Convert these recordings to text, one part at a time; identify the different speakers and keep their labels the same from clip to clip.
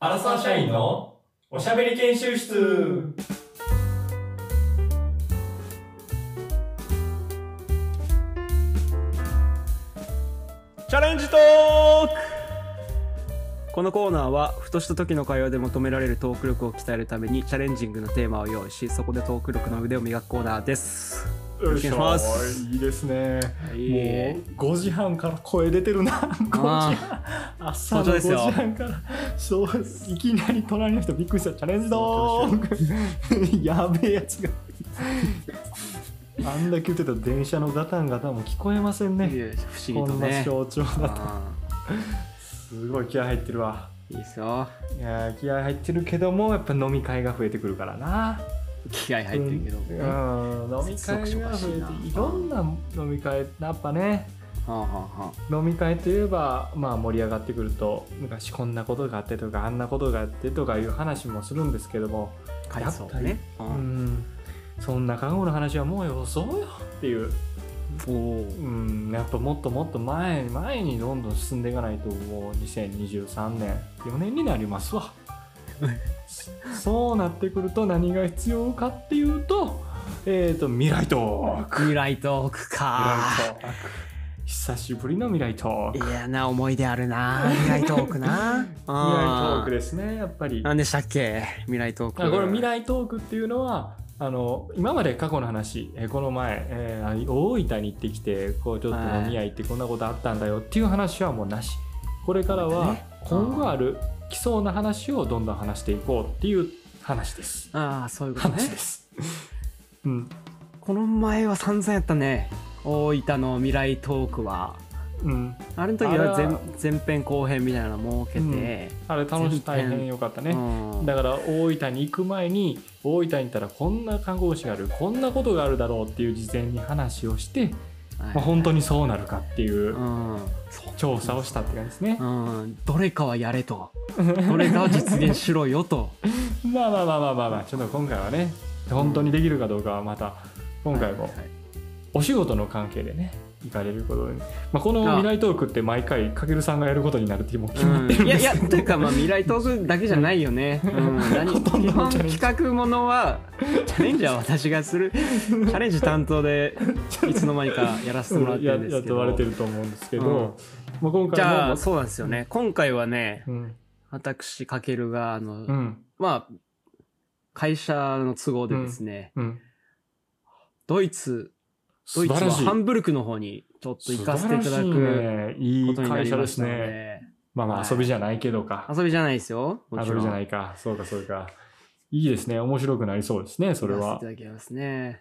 Speaker 1: アラサー社員のおしゃべり研修室
Speaker 2: チャレンジトークこのコーナーはふとした時の会話で求められるトーク力を鍛えるためにチャレンジングなテーマを用意しそこでトーク力の腕を磨くコーナーです
Speaker 3: よいしょ
Speaker 2: よろしくお願いします
Speaker 3: いいですね、
Speaker 2: い
Speaker 3: もう5時半から声出てるな5時半朝の
Speaker 2: 本
Speaker 3: 5
Speaker 2: 当です
Speaker 3: 時
Speaker 2: よ
Speaker 3: 半からそういきなり隣の人びっくりしたチャレンジドーンやべえやつがあんだけ言ってた電車のガタンガタンも聞こえませんね
Speaker 2: や不
Speaker 3: こ
Speaker 2: 思議と
Speaker 3: んな
Speaker 2: ね
Speaker 3: 象徴だと
Speaker 2: あ
Speaker 3: すごい気合入ってるわ
Speaker 2: ーいいですよ
Speaker 3: いやー気合入ってるけどもやっぱ飲み会が増えてくるからな
Speaker 2: 気合入ってるけど、
Speaker 3: う
Speaker 2: うんは
Speaker 3: ん飲み会が増えていろんな飲み会やっぱね
Speaker 2: あはあは
Speaker 3: 飲み会といえば、まあ、盛り上がってくると昔こんなことがあってとかあんなことがあってとかいう話もするんですけども、
Speaker 2: あ回想ねう
Speaker 3: うんん、そんな過去の話はもうよそうよっていう、
Speaker 2: おお
Speaker 3: うん、やっぱもっともっと前に前にどんどん進んでいかないともう2023年4年になりますわそそうなってくると何が必要かっていうと,、えー、と未来トーク
Speaker 2: 未来トーク
Speaker 3: 未来
Speaker 2: か
Speaker 3: トーク久しぶりの未来トーク
Speaker 2: いやな思い出あ るな未来トークな未
Speaker 3: 未来
Speaker 2: 来ト
Speaker 3: トークですねやっぱり
Speaker 2: 何でしたっけ未来トー
Speaker 3: あ
Speaker 2: ク
Speaker 3: これ未来トークっていうのはあの今まで過去の話、えーこの前、えー大分に行ってきてこうちょっと飲み屋行ってこんなことあったんだよっていう話はもうなしこれからは今後ある来そうな話をどんどん話していこうっていう話です
Speaker 2: ああそういうことね
Speaker 3: 話です、うん
Speaker 2: この前は散々やったね大分の未来トークは
Speaker 3: うん、
Speaker 2: あれの時
Speaker 3: あれは
Speaker 2: は前前編後編みたいなの設けて、
Speaker 3: あれ楽しい大変良かった
Speaker 2: う
Speaker 3: ね、
Speaker 2: ん
Speaker 3: だから大分に行く前に大分に行ったらこんな観光地があるこんなことがあるだろうっていう事前に話をして、
Speaker 2: はい
Speaker 3: まあ、本当にそうなるかっていう
Speaker 2: うん
Speaker 3: 調査をしたって感じですね。
Speaker 2: うん、どれかはやれとどれかは実現しろよと
Speaker 3: まあまあまあまあまあまあちょっと今回はね本当にできるかどうかはまた今回も
Speaker 2: はいはいはい
Speaker 3: お仕事の関係でね行かれることに、まあ、この未来トークって毎回かけるさんがやることになるってもう決まって
Speaker 2: う
Speaker 3: る
Speaker 2: ん
Speaker 3: ん
Speaker 2: いや
Speaker 3: で
Speaker 2: い
Speaker 3: す
Speaker 2: や
Speaker 3: けど、
Speaker 2: というかまあ未来トークだけじゃないよね、うん、何
Speaker 3: ほとんどの
Speaker 2: 基本
Speaker 3: チャレンジ
Speaker 2: 企画ものはチャレンジは私がするチャレンジ担当でいつの間にかやらせてもらってるん
Speaker 3: や
Speaker 2: ですけ
Speaker 3: 雇われ
Speaker 2: ど
Speaker 3: てると思うんですけど、
Speaker 2: うん
Speaker 3: まあ、今
Speaker 2: じ
Speaker 3: 回も
Speaker 2: ゃあそうなんですよね今回はね
Speaker 3: うん
Speaker 2: 私かけるがあの、
Speaker 3: うん
Speaker 2: まあ会社の都合でですね、
Speaker 3: うん
Speaker 2: ドイツド
Speaker 3: 素
Speaker 2: イツ
Speaker 3: 晴
Speaker 2: は
Speaker 3: らしい
Speaker 2: ハンブルクの方にちょっと行かせていただ
Speaker 3: 素
Speaker 2: く
Speaker 3: 晴らしいねい
Speaker 2: こ
Speaker 3: い
Speaker 2: とにな
Speaker 3: 会
Speaker 2: り
Speaker 3: 社で
Speaker 2: まし
Speaker 3: す
Speaker 2: たので
Speaker 3: ねまあま
Speaker 2: は
Speaker 3: あ
Speaker 2: い
Speaker 3: 遊びじゃないけどか、
Speaker 2: 遊びじゃないですよもち
Speaker 3: 遊
Speaker 2: ろ
Speaker 3: び
Speaker 2: ん
Speaker 3: じゃないかそうかそうかいいですね面白くなりそうですねそれ
Speaker 2: 行か
Speaker 3: は
Speaker 2: せていただきますね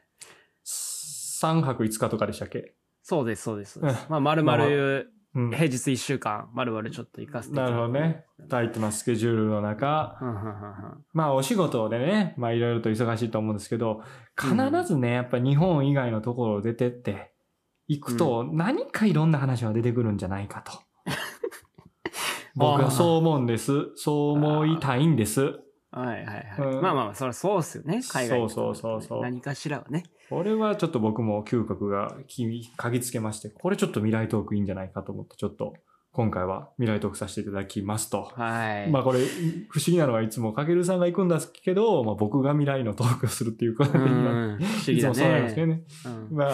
Speaker 3: 3泊5日とかでしたっけ、そう
Speaker 2: そうですそうです、
Speaker 3: うん
Speaker 2: まあ丸々、
Speaker 3: まあまあうん
Speaker 2: 平日1週間まるまるちょっと行かせていただ
Speaker 3: なるほどねタイトなスケジュールの中
Speaker 2: うんうんうん
Speaker 3: まあお仕事でねまあいろいろと忙しいと思うんですけど必ずねやっぱ日本以外のところを出てって行くと何かいろんな話は出てくるんじゃないか と、僕はそう思うんですそう思いたいんです
Speaker 2: うんはいはいはい、
Speaker 3: うん
Speaker 2: まあまあまあそれはそうっすよね海外の
Speaker 3: そうそうそうそう
Speaker 2: 何かしらはね
Speaker 3: これはちょっと僕も嗅覚がき嗅ぎつけまして、これちょっと未来トークいいんじゃないかと思って、ちょっと今回は未来トークさせていただきますと。
Speaker 2: はい、
Speaker 3: まあこれ、不思議なのはいつもかけるさんが行くんですけど、まあ僕が未来のトークをするっていうことで、
Speaker 2: うん不思議
Speaker 3: いつ
Speaker 2: だ
Speaker 3: もそうなんですけ
Speaker 2: ね
Speaker 3: どね。
Speaker 2: うん
Speaker 3: まあ、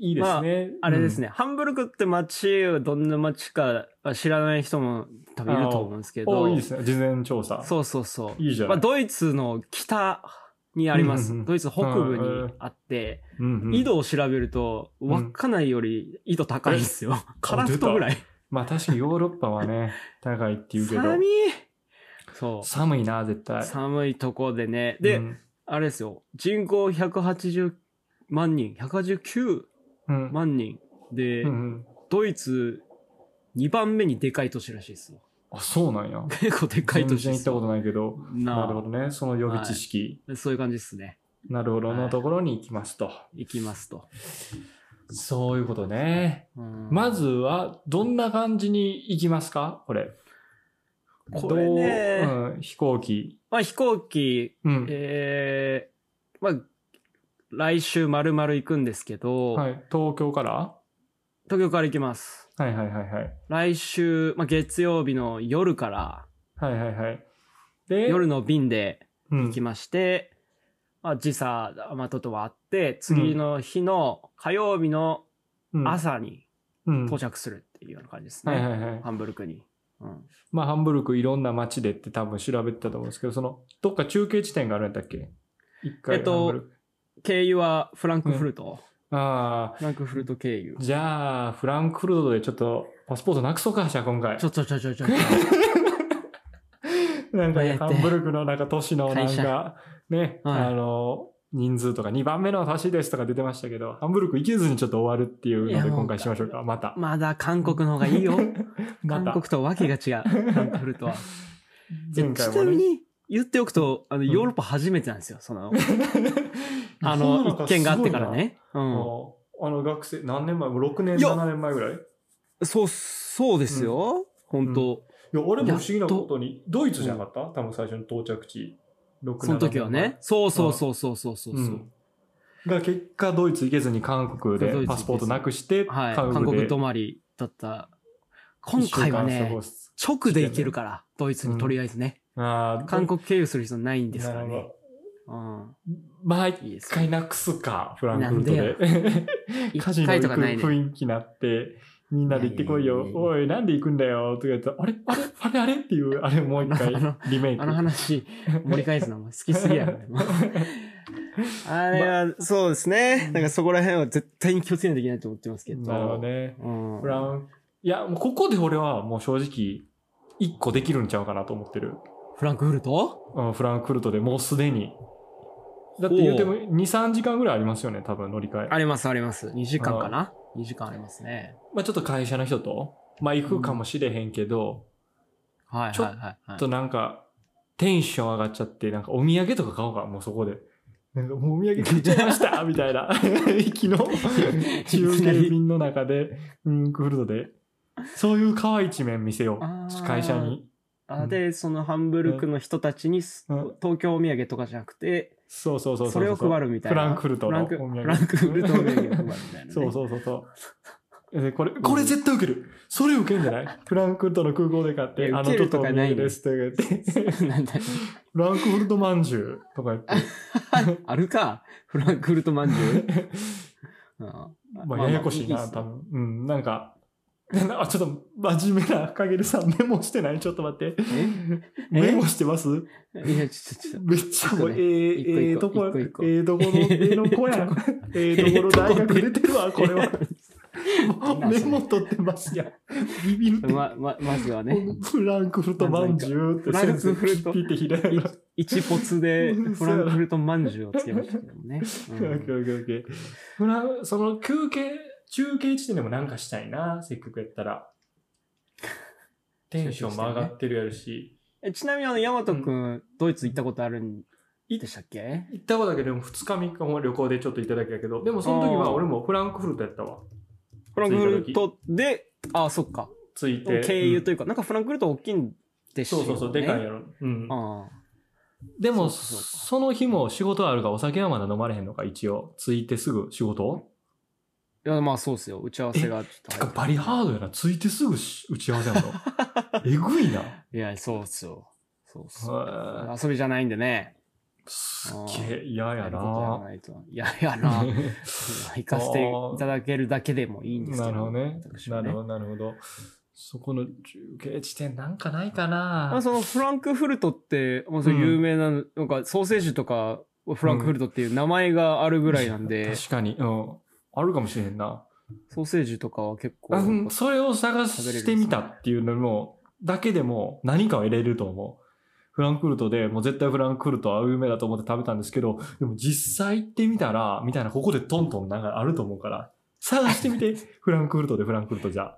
Speaker 3: いいですね。
Speaker 2: あれですね、ハンブルクって街はどんな街かは知らない人も多分いると思うんです
Speaker 3: う
Speaker 2: け
Speaker 3: ん。
Speaker 2: ど、
Speaker 3: おいいですね。事前調査。
Speaker 2: そうそうそう。
Speaker 3: いいじゃ
Speaker 2: ま
Speaker 3: な
Speaker 2: あ、
Speaker 3: い。
Speaker 2: ドイツの北にあります、
Speaker 3: うんうんうん
Speaker 2: ドイツ北部にあって、
Speaker 3: うんうん
Speaker 2: 緯度を調べると、
Speaker 3: ん
Speaker 2: 稚内より緯度高いんですよ。 カラフトぐらい。
Speaker 3: まあ確かにヨーロッパはね、高いっていうけど、
Speaker 2: 寒いそう。
Speaker 3: 寒いな、絶対。
Speaker 2: 寒いとこでね。で、
Speaker 3: うん、
Speaker 2: あれですよ。人口180万人、189
Speaker 3: うん
Speaker 2: 万人で、
Speaker 3: うんうん
Speaker 2: ドイツ2番目にでかい都市らしいですよ。
Speaker 3: あ、そうなんや。
Speaker 2: 結構でかい
Speaker 3: 全
Speaker 2: 都市
Speaker 3: 然
Speaker 2: で
Speaker 3: 行っ
Speaker 2: す
Speaker 3: たこ
Speaker 2: よ。
Speaker 3: とないけど。
Speaker 2: な
Speaker 3: なるほどね。その予備知識、
Speaker 2: あそういう感じですね。
Speaker 3: なるほど
Speaker 2: はい
Speaker 3: のところに行きますと。
Speaker 2: 行きますと。
Speaker 3: そういうことね。
Speaker 2: うん
Speaker 3: まずは、どんな感じに行きますかこれ。
Speaker 2: これね
Speaker 3: どううん、飛行機。
Speaker 2: まあ飛行機、
Speaker 3: うん。
Speaker 2: えー、まあ、来週丸々行くんですけど、
Speaker 3: はい。東京からは
Speaker 2: 東京から行きます。
Speaker 3: いはいはいはい。
Speaker 2: 来週、まあ、月曜日の夜から、
Speaker 3: はいはいはい。で、
Speaker 2: 夜の便で
Speaker 3: うん
Speaker 2: 行きまして、まあ、時差、まあ、ととはあって、次の日の火曜日の
Speaker 3: うん
Speaker 2: 朝に
Speaker 3: うん
Speaker 2: 到着するっていうような感じですね。
Speaker 3: はいはいはい。
Speaker 2: ハンブルクに。うん、
Speaker 3: まあ、ハンブルクいろんな街でって多分調べてたと思うんですけど、その、どっか中継地点があるんだっけ一回
Speaker 2: えっと
Speaker 3: ハンブルク。
Speaker 2: 経由はフランクフルト。
Speaker 3: ああ、
Speaker 2: フランクフルト経由。
Speaker 3: じゃあ、フランクフルトでちょっと、パスポートなくそうか、じゃあ今回
Speaker 2: ち。ょちょちょちょちょ。
Speaker 3: なん
Speaker 2: こ
Speaker 3: か
Speaker 2: うやって
Speaker 3: ハンブルクのなんか都市のな
Speaker 2: 会
Speaker 3: ん
Speaker 2: 社
Speaker 3: か、ね、
Speaker 2: はい
Speaker 3: あの、人数とか2番目の都市ですとか出てましたけど、ハンブルク行けずにちょっと終わるっていうの
Speaker 2: いや
Speaker 3: で
Speaker 2: もう
Speaker 3: 今回しましょうか、また。
Speaker 2: まだ韓国の方がいいよ。
Speaker 3: ま
Speaker 2: 韓
Speaker 3: た
Speaker 2: 国。とわけが違う。フランクフルトは。
Speaker 3: 前
Speaker 2: ち
Speaker 3: 回
Speaker 2: な
Speaker 3: も
Speaker 2: み
Speaker 3: ね。
Speaker 2: に言っておくと、あの、
Speaker 3: ん
Speaker 2: ヨーロッパ初めてなんですよ。その、 あの、一件があってから。ね。う
Speaker 3: あ
Speaker 2: ん。
Speaker 3: のあの学生、何年前 ?6 年、
Speaker 2: いや
Speaker 3: 7年前ぐらいい
Speaker 2: そう、そうですよ。本当
Speaker 3: や、俺も不思議
Speaker 2: や
Speaker 3: な
Speaker 2: っと
Speaker 3: ことに、ドイツじゃなかった多分最初の到着地。6
Speaker 2: その時は。ね。そうそうそうそうそうそ
Speaker 3: 7
Speaker 2: う。
Speaker 3: 年前うんが結果、ドイツ行けずに韓国
Speaker 2: ドイツ行け
Speaker 3: で
Speaker 2: ず
Speaker 3: パスポートなくして、
Speaker 2: はい。
Speaker 3: 韓
Speaker 2: 韓
Speaker 3: 国
Speaker 2: 国
Speaker 3: で
Speaker 2: 泊まりだった。今
Speaker 3: 一週
Speaker 2: 回は
Speaker 3: 間過
Speaker 2: ね
Speaker 3: ご、す
Speaker 2: 直で行けるから、ドイツにとりあえずね。
Speaker 3: あー
Speaker 2: 韓国経由する必要ないんですから
Speaker 3: なる
Speaker 2: ね
Speaker 3: ほ。
Speaker 2: うん。
Speaker 3: どまあ、
Speaker 2: いいで
Speaker 3: 一
Speaker 2: すよ
Speaker 3: 回なくすか、フランクフルトで。 カジノ
Speaker 2: 一回
Speaker 3: 行
Speaker 2: と
Speaker 3: く
Speaker 2: かないね。
Speaker 3: 雰囲気になって、みんなで行ってこい
Speaker 2: いや
Speaker 3: よ
Speaker 2: いやい。やいや
Speaker 3: おい、なんで行くんだよ。とか言って、あれあれあれあれっていう、あれもう一回
Speaker 2: あの
Speaker 3: リメイク。
Speaker 2: あの話、盛り返すのも好きすぎ やろ、俺もあれは、そうですね。なんかそこら辺は絶対に気をつけないといけないと思ってますけど。
Speaker 3: なるほどね。
Speaker 2: うん。
Speaker 3: フラン、いや、もうここで俺はもう正直、一個できるんちゃうかなと思ってる。
Speaker 2: フランクフルト
Speaker 3: うん、フランクフルトでもうすでに。だって言うても2、3時間ぐらいありますよね、多分乗り換え。
Speaker 2: あります、あります。2時間かな ?2 時間ありますね。
Speaker 3: まあちょっと会社の人と、まあ行くかもしれへんけど、
Speaker 2: はい、
Speaker 3: ちょっ
Speaker 2: はい、はいは
Speaker 3: ちょっとなんか、テンション上がっちゃって、なんかお土産とか買おうか、もうそこで。なんかもうお土産買っちゃいましたみたいな。 昨日、中継便の中で、うん、クフルトで。そういう可愛い一面見せよ
Speaker 2: あ
Speaker 3: う。
Speaker 2: ー
Speaker 3: 会社に。
Speaker 2: い。あで、そのハンブルクの人たちに、す
Speaker 3: うん
Speaker 2: 東京お土産とかじゃなくて、
Speaker 3: そうそうそうう。
Speaker 2: それを配るみたいな。
Speaker 3: フランクフルト
Speaker 2: フ
Speaker 3: の
Speaker 2: ラ
Speaker 3: お
Speaker 2: ン
Speaker 3: 土
Speaker 2: クフ
Speaker 3: 産。
Speaker 2: ランクフルトお土産を配るみたいなね。
Speaker 3: そうそうそうそう。 でこれ、これ絶対受ける。それ受けんじゃないフランクフルトの空港で買っ
Speaker 2: い
Speaker 3: て、
Speaker 2: や
Speaker 3: あ
Speaker 2: 受
Speaker 3: の、
Speaker 2: け
Speaker 3: ちょ
Speaker 2: る
Speaker 3: っと
Speaker 2: と
Speaker 3: お
Speaker 2: か
Speaker 3: 土
Speaker 2: ない
Speaker 3: 産
Speaker 2: ね
Speaker 3: ですとか言 って、
Speaker 2: なんだ
Speaker 3: フランクフルトまんじゅうとか言 って。
Speaker 2: あるかフランクフルトまんじゅう うん
Speaker 3: まあ、ややこしいな、
Speaker 2: っすね
Speaker 3: 多分。うん、なんか、 なんかあちょっと真面目な影さんメモしてないちょっと待って。
Speaker 2: え
Speaker 3: メモしてます
Speaker 2: いや、ちょっと、ちょっ
Speaker 3: めっちゃもう、え
Speaker 2: 一個一個
Speaker 3: ー、ええとこ、え
Speaker 2: 一個一個
Speaker 3: えとこの、ええの子 やん。ええとこの大学出てるわ、これは。もうメモ取ってますやん。ビビるって
Speaker 2: と、。 ま、ま、まず はね、
Speaker 3: フランクフルトまんじゅうって先生
Speaker 2: フランクフルト
Speaker 3: ピッて開いた。
Speaker 2: 一ポツ で
Speaker 3: うん
Speaker 2: フランクフルトまんじゅうをつけましたけども ね。う
Speaker 3: オッケー
Speaker 2: ん
Speaker 3: オッケーオッケーフランその休憩、中継地点でもなんかしたいな、せっかくやったら。テンションも上がってるやるし。
Speaker 2: えちなみに、あの、ヤマトくん、ドイツ行ったことあるん
Speaker 3: い
Speaker 2: でしたっけ
Speaker 3: 行ったことだけど、2日3日も旅行でちょっといただけやけど、でもその時は俺もフランクフルトやったわ。
Speaker 2: フランクフルトで、あ、そっか。
Speaker 3: ついて。
Speaker 2: 経由と
Speaker 3: い
Speaker 2: いうか、なんかフランクフルト大きいんでし
Speaker 3: そうそうそう、でかい
Speaker 2: よね。
Speaker 3: やろ。うん。
Speaker 2: あ
Speaker 3: でも、
Speaker 2: そうかそ
Speaker 3: そ
Speaker 2: う
Speaker 3: の日も仕事あるが、お酒はまだ飲まれへんのか、一応。着いてすぐ仕事
Speaker 2: あ。いや、まあそうっすよ。打ち合わせがちょってと
Speaker 3: か
Speaker 2: 入っ、
Speaker 3: バリハードやな。着いてすぐし打ち合わせやんの。 えぐいな。
Speaker 2: て。いや、そうっすよ。そうっすよ。
Speaker 3: へー
Speaker 2: 遊びじゃないんでね。
Speaker 3: すっげえ嫌
Speaker 2: や
Speaker 3: や
Speaker 2: ることやら
Speaker 3: な。
Speaker 2: ないと。いや、やな。 行かせていただけるだけでもいいんですけ
Speaker 3: な
Speaker 2: ど。
Speaker 3: るほどね。
Speaker 2: 私
Speaker 3: な
Speaker 2: は
Speaker 3: る
Speaker 2: ね
Speaker 3: ほど、なるほど。そこの中継地点なんかないか
Speaker 2: ま
Speaker 3: な
Speaker 2: あ、。そのフランクフルトって、まあ、それ有名な、なんかソーセージとかフランクフルトっていう名前があるぐらいなんで、
Speaker 3: 確かに。うん。あるかもしれへんな。
Speaker 2: ソーセージとかは結構
Speaker 3: あうんそれを探してみたっていうのも、だけでも何かを得れると思う。フランクフルトでもう絶対フランクフルトは有名だと思って食べたんですけど、でも実際行ってみたら、みたいなここでトントンなんかあると思うから、探してみて、 フランクフルトでフランクフルトじゃ。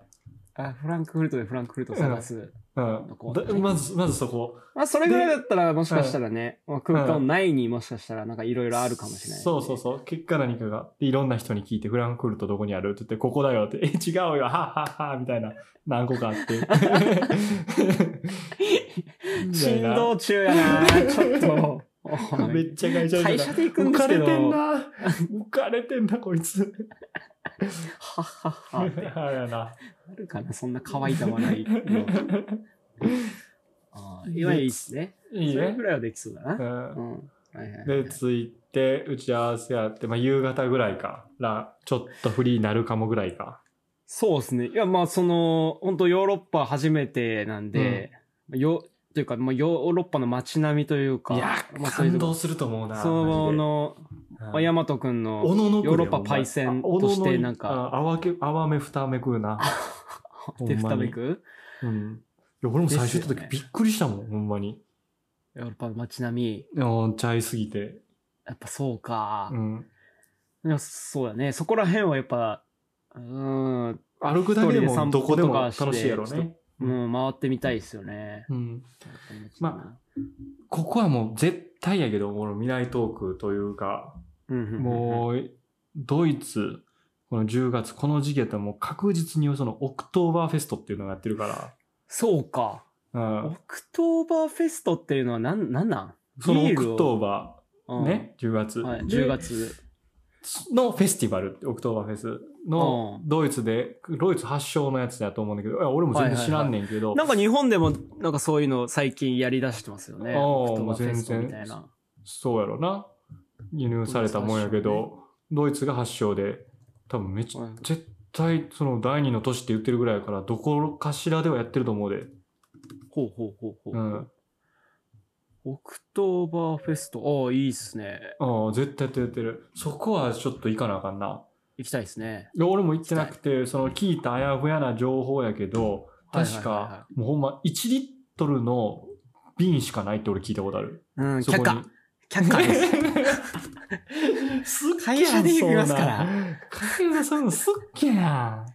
Speaker 2: あフランクフルトでフランクフルト探す。
Speaker 3: うん。だまず、まずそこ。
Speaker 2: まあ、それぐらいだったら、もしかしたらね、まあ、空間内にもしかしたら、なんかいろいろあるかもしれない、
Speaker 3: そうそう
Speaker 2: そ
Speaker 3: そう。結果何かが。でいろんな人に聞いて、フランクフルトどこにあるって言って、ここだよって、え、 違うよ、はっはっは、みたいな、何個かあ って。
Speaker 2: 振動中やな ちょっと。おい
Speaker 3: めっちゃ会社
Speaker 2: 会社で行くん
Speaker 3: 浮
Speaker 2: で
Speaker 3: か
Speaker 2: すけ
Speaker 3: れ
Speaker 2: ど。
Speaker 3: てんな。浮かれてんな、こいつ。
Speaker 2: はっはっはって
Speaker 3: あれやな。
Speaker 2: あるかなそんな乾いた笑いの。あ今いいですね。
Speaker 3: いい
Speaker 2: それ
Speaker 3: ね
Speaker 2: ぐ。らいはできそうだ
Speaker 3: う
Speaker 2: な。
Speaker 3: ん
Speaker 2: うん。はいはいはい
Speaker 3: で、ついて、打ち合わせやって、まあ、夕方ぐらいから、ちょっとフリーになるかもぐらいか。
Speaker 2: そうですね。いや、まあ、その、本当ヨーロッパ初めてなんで、よ、というか、まあ、ヨーロッパの街並みというか、
Speaker 3: いや、
Speaker 2: まあ、そういう
Speaker 3: 感
Speaker 2: とこ
Speaker 3: 動すると思うな。
Speaker 2: そ
Speaker 3: マ
Speaker 2: の、
Speaker 3: ジで
Speaker 2: まあ、ヤマト君の、
Speaker 3: おののくれ
Speaker 2: ヨーロッパパイセンとしてなんか。
Speaker 3: あおののいあ泡け泡目二目食うな。ほんま
Speaker 2: 手
Speaker 3: に
Speaker 2: 二目く
Speaker 3: うん。いや、俺も最初行った
Speaker 2: ですよね
Speaker 3: 時びっくりしたもん、ほんまに。
Speaker 2: ヨーロッパの街並み、
Speaker 3: うん、ちゃいすぎて。
Speaker 2: やっぱそうか
Speaker 3: う。ん。
Speaker 2: いやそうだね。そこら辺はやっぱ、うーん、
Speaker 3: 歩くだけで
Speaker 2: 一人で
Speaker 3: も
Speaker 2: 散歩
Speaker 3: どこでも
Speaker 2: とかして
Speaker 3: 楽しいやろう
Speaker 2: ちょっ
Speaker 3: ね。
Speaker 2: うん、回ってみたいですよね。
Speaker 3: うん。
Speaker 2: ま
Speaker 3: ここはもう絶対やけど、この未来トークというか、
Speaker 2: あ、
Speaker 3: もう、ドイツ、この10月、この時期やったらもう確実にそのオクトーバーフェストっていうのをやってるか
Speaker 2: そうか。
Speaker 3: ら、う
Speaker 2: オ
Speaker 3: ん。
Speaker 2: クトーバーフェストっていうのはなん、なんなん
Speaker 3: そのオ
Speaker 2: ビルを
Speaker 3: クトーバ
Speaker 2: う
Speaker 3: ー、
Speaker 2: ん
Speaker 3: ね、10月。
Speaker 2: はい、
Speaker 3: で
Speaker 2: 10月。
Speaker 3: のフェスティバル、オクトーバーフェスの
Speaker 2: う
Speaker 3: ドイツで、ドイツ発祥のやつだと思うんだけど、いや俺も全然知らんねんけど、
Speaker 2: なんか日本でも、なんかそういうの最近やり出してますよね。
Speaker 3: ああ
Speaker 2: オクトーバーフェストみた
Speaker 3: もう全
Speaker 2: い
Speaker 3: 然
Speaker 2: な。
Speaker 3: そうやろな。輸入されたもんやけど、ドイツが発祥で、多分めっちゃ、
Speaker 2: はい
Speaker 3: 絶対その第二の都市って言ってるぐらいやから、どこかしらではやってると思うで。
Speaker 2: ほうほうほうほう。
Speaker 3: うん。
Speaker 2: オクトーバーフェスト。ああ、いいっすね。
Speaker 3: ああ、絶対やってるやってる。そこはちょっと行かなあかんな。
Speaker 2: 行きたいですね。
Speaker 3: いや俺も行ってなくて、その聞いたあやふやな情報やけど、確
Speaker 2: はいはいはいは
Speaker 3: か、もうほんま1リットルの瓶しかないって俺聞いたことある。
Speaker 2: うん、
Speaker 3: そ
Speaker 2: 却
Speaker 3: こに
Speaker 2: 下。却下 です。
Speaker 3: すっげえ
Speaker 2: 会社で行きますから
Speaker 3: そんな会社そういうのすっげえな。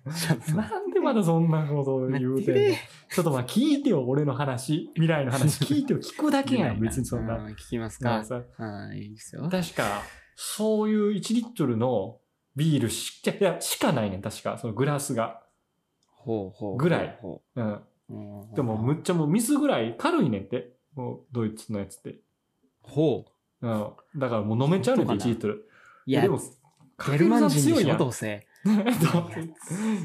Speaker 3: なんでまだそんなこと言うてん
Speaker 2: 待
Speaker 3: の
Speaker 2: って
Speaker 3: ちょっとまあ聞いてよ、俺の 話。未来の話聞いてよ、聞くだけやん。別にそん
Speaker 2: う
Speaker 3: な。
Speaker 2: 聞きます
Speaker 3: まあ
Speaker 2: か。
Speaker 3: さ
Speaker 2: はい、いいですよ。
Speaker 3: 確か、そういう1リットルのビールしいやしかないねん、確か。そのグラスが。
Speaker 2: ほうほう。
Speaker 3: ぐらい
Speaker 2: ほ
Speaker 3: うん。
Speaker 2: うほう。
Speaker 3: でも、むっちゃもう水ぐらい軽いねんって。もう、ドイツのやつって。
Speaker 2: ほ
Speaker 3: う
Speaker 2: う。
Speaker 3: ん。だからもう飲めちゃうねんって、1リットル。
Speaker 2: いや
Speaker 3: で、も、
Speaker 2: ゲルマ
Speaker 3: かけるさ
Speaker 2: ン人
Speaker 3: 強
Speaker 2: で
Speaker 3: い
Speaker 2: し
Speaker 3: や
Speaker 2: ょ、
Speaker 3: ん
Speaker 2: どうせ。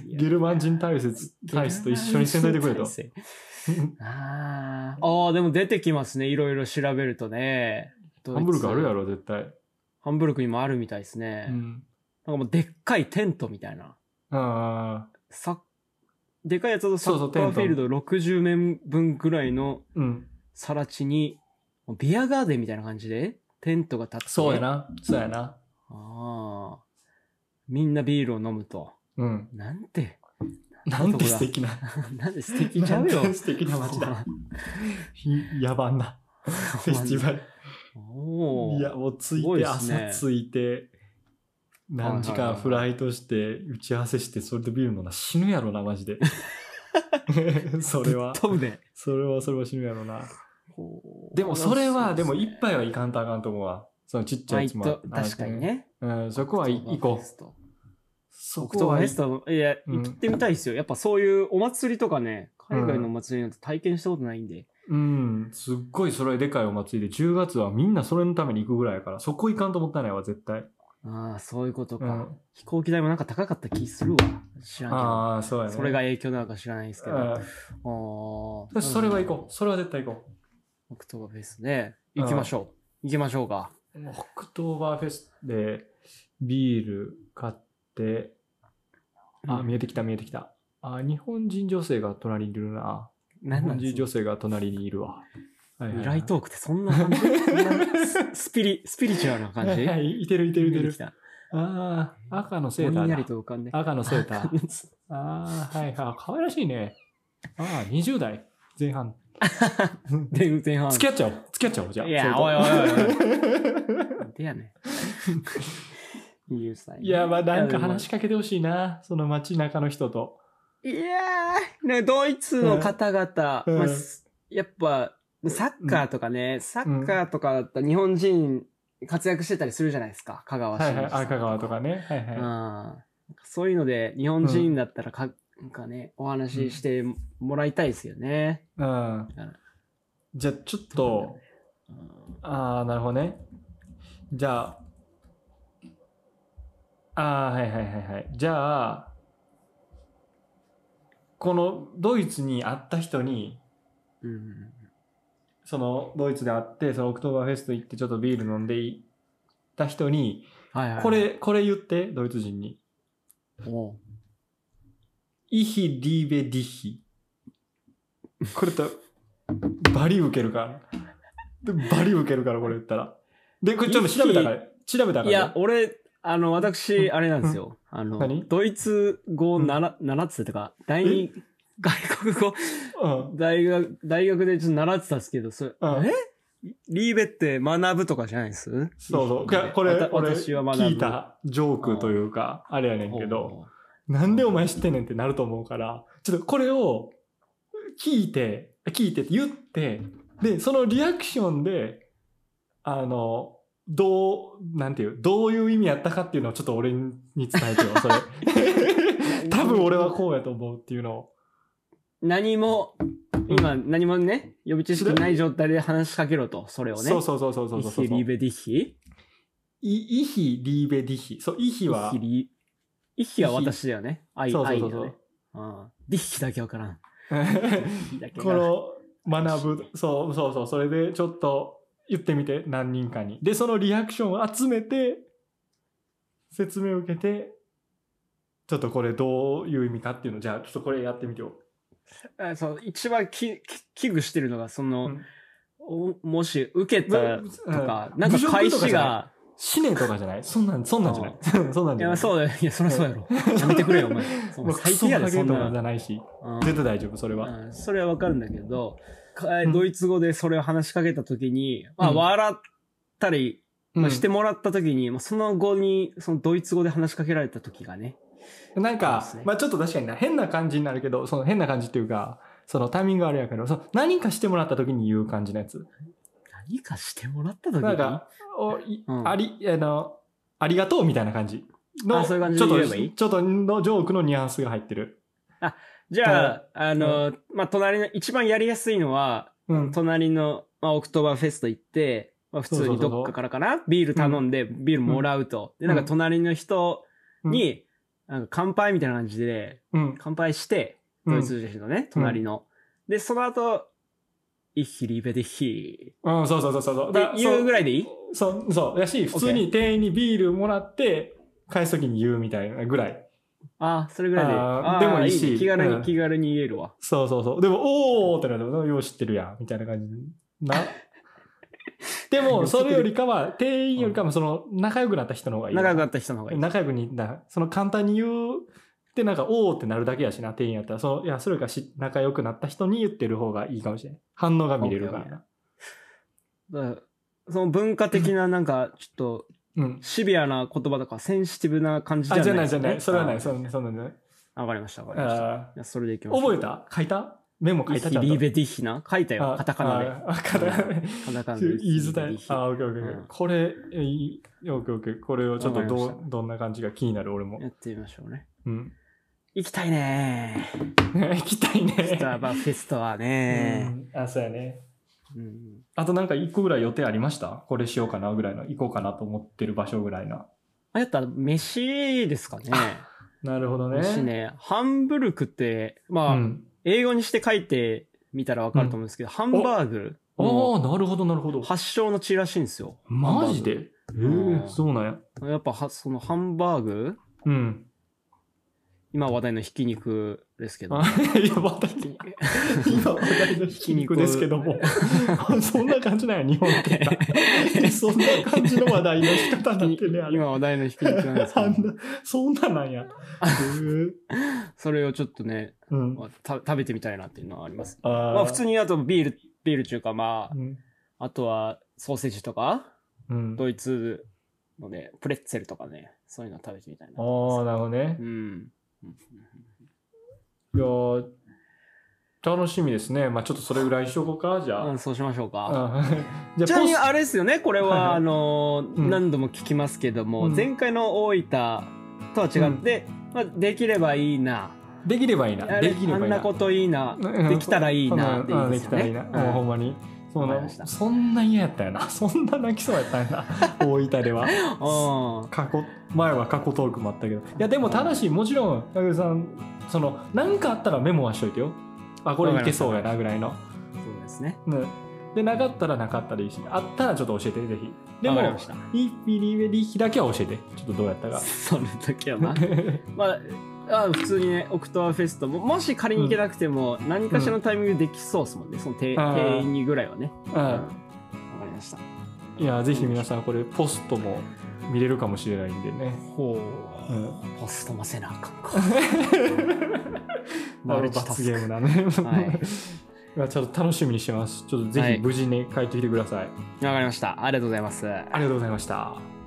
Speaker 3: ゲルマン人体質、体質と一緒にせんといてくれと。
Speaker 2: あーあー、でも出てきますね。いろいろ調べるとね。
Speaker 3: ハンブルクあるや
Speaker 2: ろ。
Speaker 3: ろ、絶対。
Speaker 2: ハンブルクにもあるみたいですね。
Speaker 3: うん。
Speaker 2: なんかもうでっかいテントみたいな。
Speaker 3: ああ、
Speaker 2: サッでかいやつだとサ
Speaker 3: そう
Speaker 2: ッ
Speaker 3: そう
Speaker 2: カーフィール
Speaker 3: テ
Speaker 2: ド60面分ぐらいの
Speaker 3: うん。
Speaker 2: さら地に、ビアガーデンみたいな感じでテントが立って。
Speaker 3: そうや。な。そうやな。
Speaker 2: ああ。みんなビールを飲むと。
Speaker 3: うん。
Speaker 2: なんて、
Speaker 3: なんて素 敵な。
Speaker 2: なんで素敵じゃんよ。
Speaker 3: なんて素敵な街 だ。ひ野蛮なフェスティバル。
Speaker 2: おお。
Speaker 3: いや、もう着い
Speaker 2: すごい
Speaker 3: て、
Speaker 2: っすね
Speaker 3: 朝着いて、何時間フライトして、打ち合わせして、それでビール飲んだら死ぬやろな、マジ で。それは、
Speaker 2: 飛ぶね。
Speaker 3: それは、それは死ぬやろな。でも、それは、でも、一杯はいかんとあかんと思うわ。そのちっちゃいやつも。
Speaker 2: まあいっと確かに。ね。
Speaker 3: うん、そこは行こう。
Speaker 2: う。
Speaker 3: そ
Speaker 2: オクト
Speaker 3: こ
Speaker 2: ー
Speaker 3: は
Speaker 2: バーフ
Speaker 3: い
Speaker 2: ェスト、いや、
Speaker 3: うん
Speaker 2: 行ってみたいですよ。やっぱそういうお祭りとかね、海外のお祭りなんて体験したことないんで。
Speaker 3: うん、すっごいそれでかいお祭りで、10月はみんなそれのために行くぐらいやから、そこ行かんと思ったいないわ、絶対。
Speaker 2: ああ、そういうことか。
Speaker 3: うん
Speaker 2: 飛行機代もなんか高かった気するわ。知らんけど。
Speaker 3: ああ、そうやね。
Speaker 2: それが影響なのか知らないですけど。あ
Speaker 3: う
Speaker 2: あ。
Speaker 3: んそれは行こう。それは絶対行こう。
Speaker 2: う。オクトーバーフェスね。行きましょう。行きましょうか。
Speaker 3: オクトーバーフェスでビール買って、あ、
Speaker 2: うん
Speaker 3: 見えてきた見えてきた。あ、日本人女性が隣にいるな。日
Speaker 2: 何な
Speaker 3: 本
Speaker 2: んで
Speaker 3: 人
Speaker 2: すか
Speaker 3: 女性が隣にいるわ。はいはいはい
Speaker 2: 未来トークってそんな感 じそんなスピリ、スピリチュアルな感
Speaker 3: はい
Speaker 2: じ
Speaker 3: はい、いてるいてるいて
Speaker 2: 出
Speaker 3: る
Speaker 2: き。た
Speaker 3: ああ、赤のセ
Speaker 2: ぼ
Speaker 3: ータ
Speaker 2: んやり
Speaker 3: ー
Speaker 2: と浮かんで。
Speaker 3: だ。赤のセーター。
Speaker 2: は
Speaker 3: ああ、はいはい。可愛らしいね。ああ、20代前 半。
Speaker 2: で、前半。
Speaker 3: 付き合っちゃおう。付き合っちゃおう、じゃあ。
Speaker 2: いや
Speaker 3: それと
Speaker 2: お でやねん。い
Speaker 3: いや、まあなんか話し
Speaker 2: い
Speaker 3: かけてほしいな。その街中の人と。
Speaker 2: やー、なんかドイツの方々、
Speaker 3: うん
Speaker 2: まあ
Speaker 3: うん
Speaker 2: やっぱ、サッカーとかね、サッカーとかだったら日本人活躍してたりするじゃないですか。香川
Speaker 3: は
Speaker 2: 真
Speaker 3: いはい。
Speaker 2: 司さん
Speaker 3: 赤川とかね。はい
Speaker 2: うん
Speaker 3: は
Speaker 2: なんかそういうので、日本人だったらか、なんかね、お話ししてもらいたいですよね。
Speaker 3: い。うん。じゃあちょっと、ああ、なるほどね。じゃあ、ああ、はいはいはいはい。じゃあ、このドイツに会った人に、
Speaker 2: うん。
Speaker 3: そのドイツで会ってそのオクトーバーフェスト行ってちょっとビール飲んでいた人に
Speaker 2: はいはい。
Speaker 3: これこれ言ってドイツ人に
Speaker 2: おう。
Speaker 3: 「イヒリーベディヒ」これとバリ受けるからでバリ受けるからこれ言ったらでこれちょっと調べたから調べたからね
Speaker 2: いや、俺、あの、私、あれなんですよ。あの
Speaker 3: 何、
Speaker 2: ドイツ語を習習ってたとか、第二外国語、
Speaker 3: うん
Speaker 2: 大学、大学でちょっと習ってたんですけど、それ、
Speaker 3: うん
Speaker 2: えリーベって学ぶとかじゃないです
Speaker 3: そうそういやこれ
Speaker 2: わた
Speaker 3: 俺
Speaker 2: 私は学ぶ。
Speaker 3: 聞いたジョークというかあれやねんけど
Speaker 2: ほう。
Speaker 3: なんでお前知ってんねんってなると思うから、ちょっとこれを聞いて、聞いてって言って、で、そのリアクションで、あの、どう、なんていう、どういう意味やったかっていうのをちょっと俺に伝えてよ、 それ。多分俺はこうやと思うっていうのを。
Speaker 2: 何も、今、何もね、予備知識ない状態で話しかけろと、それをね。
Speaker 3: そうそうそうそうそうそうそう。
Speaker 2: イヒリーベディヒ
Speaker 3: イイヒリーベディヒ。そう、イヒは
Speaker 2: イヒ、リイヒは私だよね。愛、
Speaker 3: そうそう
Speaker 2: 愛
Speaker 3: そ
Speaker 2: だ
Speaker 3: うそ
Speaker 2: よ
Speaker 3: う
Speaker 2: ね。。うんディヒだけわからん。 ディヒだけわ
Speaker 3: こ
Speaker 2: からん。
Speaker 3: の学ぶそうそうそうそれでちょっと言ってみて何人かにでそのリアクションを集めて説明を受けてちょっとこれどういう意味かっていうのじゃあちょっとこれやってみてよ、
Speaker 2: あそう一番きき危惧してるのが、その、
Speaker 3: うん
Speaker 2: おもし受けたとか、なんか
Speaker 3: 返
Speaker 2: 返しが、
Speaker 3: 死ねとかじゃないそんなんそんなんじゃない そんなん
Speaker 2: い
Speaker 3: じゃな
Speaker 2: や、
Speaker 3: い
Speaker 2: そうだよ。いや、そりゃそうやろ。
Speaker 3: う
Speaker 2: やめてくれよ、 お前。そ
Speaker 3: も
Speaker 2: う
Speaker 3: うク
Speaker 2: 最
Speaker 3: ソ
Speaker 2: 低や
Speaker 3: ハ
Speaker 2: で、
Speaker 3: ゲ
Speaker 2: そん
Speaker 3: とかじ
Speaker 2: な。
Speaker 3: ゃないし
Speaker 2: うん
Speaker 3: 絶対大丈夫それは、
Speaker 2: うんそれはわかるんだけど、か
Speaker 3: うん
Speaker 2: ドイツ語でそれを話しかけたときに、まあ、
Speaker 3: うん
Speaker 2: 笑ったり、まあ
Speaker 3: うん
Speaker 2: してもらったときに、まあその後に、そのドイツ語で話しかけられたときがね。
Speaker 3: なんか
Speaker 2: そうですね、
Speaker 3: まあちょっと確かにな、変な感じになるけど、その変な感じっていうか、そのタイミングあれやけど、その何かしてもらった時に言う感じのやつ。
Speaker 2: 何かしてもらったとき
Speaker 3: なん
Speaker 2: に、
Speaker 3: か、おい
Speaker 2: うん
Speaker 3: あり、あの、ありがとうみたいな感じの。
Speaker 2: あそういう感じ
Speaker 3: ちょ
Speaker 2: で
Speaker 3: っと
Speaker 2: 言えばいい
Speaker 3: ちょっとのジョークのニュアンスが入ってる。
Speaker 2: じゃあ、あの、まあ、隣の、一番やりやすいのは、
Speaker 3: うん。
Speaker 2: 隣の、まあ、オクトーバーフェスト行って、まあ、普通にどっかからかなビール頼んで、ビールもらうと。で、なんか隣の人に、なんか乾杯みたいな感じで、
Speaker 3: うん、
Speaker 2: 乾杯して、
Speaker 3: うん。
Speaker 2: ドイツ人のね、隣の。で、その後、イヒリベデヒ
Speaker 3: うん、そうそうそうそうそう。
Speaker 2: って言うぐ
Speaker 3: らい。
Speaker 2: らいでいい
Speaker 3: そう、そう。やし、普通に店員にビールもらって、返す時に言うみたいなぐらい。
Speaker 2: ああ、それぐらいで。
Speaker 3: あー
Speaker 2: ああ
Speaker 3: でもいいし
Speaker 2: ね気軽に、
Speaker 3: うん
Speaker 2: 気軽に言えるわ。
Speaker 3: そうそうそう。でも、おーってなるよう知ってるやん、みたいな感じ な。でも、それよりかは、店員よりかも、その、仲良くなった人の方がいい。
Speaker 2: 仲良くなった人の方がいい。
Speaker 3: 仲良くにな、その簡単に言うって、なんか、おーってなるだけやしな、店員やったら。その、いや、それよりかし、仲良くなった人に言ってる方がいいかもしれない。反応が見れるからな。
Speaker 2: だからその文化的ななんか、ちょっと、
Speaker 3: うん。
Speaker 2: シビアな言葉とか、センシティブな感じじゃ
Speaker 3: あ、
Speaker 2: ない
Speaker 3: じゃないじゃない。それはない。
Speaker 2: あ
Speaker 3: そんな、そんなね。
Speaker 2: あわかりました、わかりました。
Speaker 3: あ
Speaker 2: じゃあそれでいき
Speaker 3: ー
Speaker 2: ましょ
Speaker 3: 覚
Speaker 2: う。
Speaker 3: えた書いたメモ書いたち
Speaker 2: イヒ
Speaker 3: ゃんと
Speaker 2: リベデヒな書いたよ
Speaker 3: あ。
Speaker 2: カタカナで。
Speaker 3: あーカタカナで。
Speaker 2: カタカナで。
Speaker 3: 言い伝え
Speaker 2: イ。ヒリベデヒ
Speaker 3: あ、オッケーオッケーオッケ
Speaker 2: うん
Speaker 3: ー。これ、えいい、オッケーオッケー。これをちょっと
Speaker 2: わ
Speaker 3: ど
Speaker 2: かり
Speaker 3: う、どんな感じが気になる、俺も
Speaker 2: や。ってみましょうね。
Speaker 3: うん。
Speaker 2: 行きたいねー。
Speaker 3: 行きたいね。
Speaker 2: スターバーフェストは
Speaker 3: う
Speaker 2: ね
Speaker 3: んあ、そうやね。
Speaker 2: ー。うん
Speaker 3: あとなんか一個ぐらい予定ありましたこれしようかなぐらいの、行こうかなと思ってる場所ぐらいな。
Speaker 2: あ、やったら、飯ですかね。
Speaker 3: なるほどね。
Speaker 2: 飯ね。ハンブルクって、
Speaker 3: う
Speaker 2: まあ、
Speaker 3: ん。
Speaker 2: 英語にして書いてみたらわかると思うんですけど、ハンバーグ
Speaker 3: あ
Speaker 2: の
Speaker 3: あ、なるほど、なるほど。
Speaker 2: 発祥の地らしいんですよ。
Speaker 3: マジでえ
Speaker 2: うん
Speaker 3: ーそうなんや。
Speaker 2: やっぱは、そのハンバーグ、
Speaker 3: うん。
Speaker 2: 今話題のひき肉ですけど、
Speaker 3: あいや、私、今話題のひき肉ですけども、 そんな感じなんや、日本って な。そんな感じの話題の仕方になってね、あれ。
Speaker 2: 今話題のひき肉なんですけ
Speaker 3: あん
Speaker 2: ど、
Speaker 3: なそんななん や。へー
Speaker 2: それをちょっとね、
Speaker 3: うん。
Speaker 2: まあた食べてみたいなっていうのはあります。
Speaker 3: あー
Speaker 2: まあ普通にあとビール、ビールっていうかま
Speaker 3: うん
Speaker 2: あ、あとはソーセージとか、
Speaker 3: うん。あ
Speaker 2: ドイツのね、プレッツェルとかね、そういうの食べてみたいな。
Speaker 3: あー、なるほどね
Speaker 2: う。ん。
Speaker 3: いやー楽しみですね。まあちょっとそれぐらいにしとこうか、じゃあ。
Speaker 2: うん、そうしましょうか。
Speaker 3: うん
Speaker 2: ち
Speaker 3: じゃ
Speaker 2: な
Speaker 3: あ、
Speaker 2: み
Speaker 3: ポ
Speaker 2: に
Speaker 3: ス
Speaker 2: あれですよね、これ
Speaker 3: はいは
Speaker 2: は、
Speaker 3: い
Speaker 2: あのー、
Speaker 3: うん
Speaker 2: 何度も聞きますけども、
Speaker 3: うん
Speaker 2: 前回の大分とは違って、まあ、できればいいな。
Speaker 3: できればいいな。
Speaker 2: あ
Speaker 3: で
Speaker 2: れ
Speaker 3: きれ
Speaker 2: あ
Speaker 3: ばい
Speaker 2: ん
Speaker 3: いな。
Speaker 2: なこといいな。できたらいいなって
Speaker 3: う
Speaker 2: 言い
Speaker 3: ん
Speaker 2: ま
Speaker 3: ですき
Speaker 2: よ
Speaker 3: たらいい
Speaker 2: ね
Speaker 3: な。もうほんまに。そう
Speaker 2: わかりま
Speaker 3: な
Speaker 2: した
Speaker 3: そんな嫌やったよな。 そんな泣きそうやったよ な。大分では。
Speaker 2: うんうん
Speaker 3: 過去前は過去トークもあったけど。いや、でも正しい、もちろん、たけさん、その、何かあったらメモはしといてよ。あ、これいけそうやなぐらいの。
Speaker 2: そうですね。
Speaker 3: ねでなかったらなかったでいいしあったらちょっと教えてぜひで
Speaker 2: わ
Speaker 3: も
Speaker 2: かりました。
Speaker 3: いいリベリヒだけは教えてちょっとどうや ったか
Speaker 2: その時はな。まあ、あ普通にね、オクトーバーフェストも、もし仮に行けなくても、何かしらのタイミングできそうですもんね、その定
Speaker 3: あー
Speaker 2: 定員にぐらいはね。
Speaker 3: う
Speaker 2: わ
Speaker 3: ん
Speaker 2: かりました。
Speaker 3: いやぜひ皆さんこれポストも見れるかもしれないんでね、
Speaker 2: ほ
Speaker 3: う
Speaker 2: う。
Speaker 3: ん、
Speaker 2: ポストもせな あかんか。
Speaker 3: マルチタスク罰ゲームだね、
Speaker 2: はい。
Speaker 3: いやちょっと楽しみにしてますちょっとぜ
Speaker 2: はい
Speaker 3: ひ無事に帰ってきてください、
Speaker 2: わかりました。ありがとうございます。
Speaker 3: ありがとうございました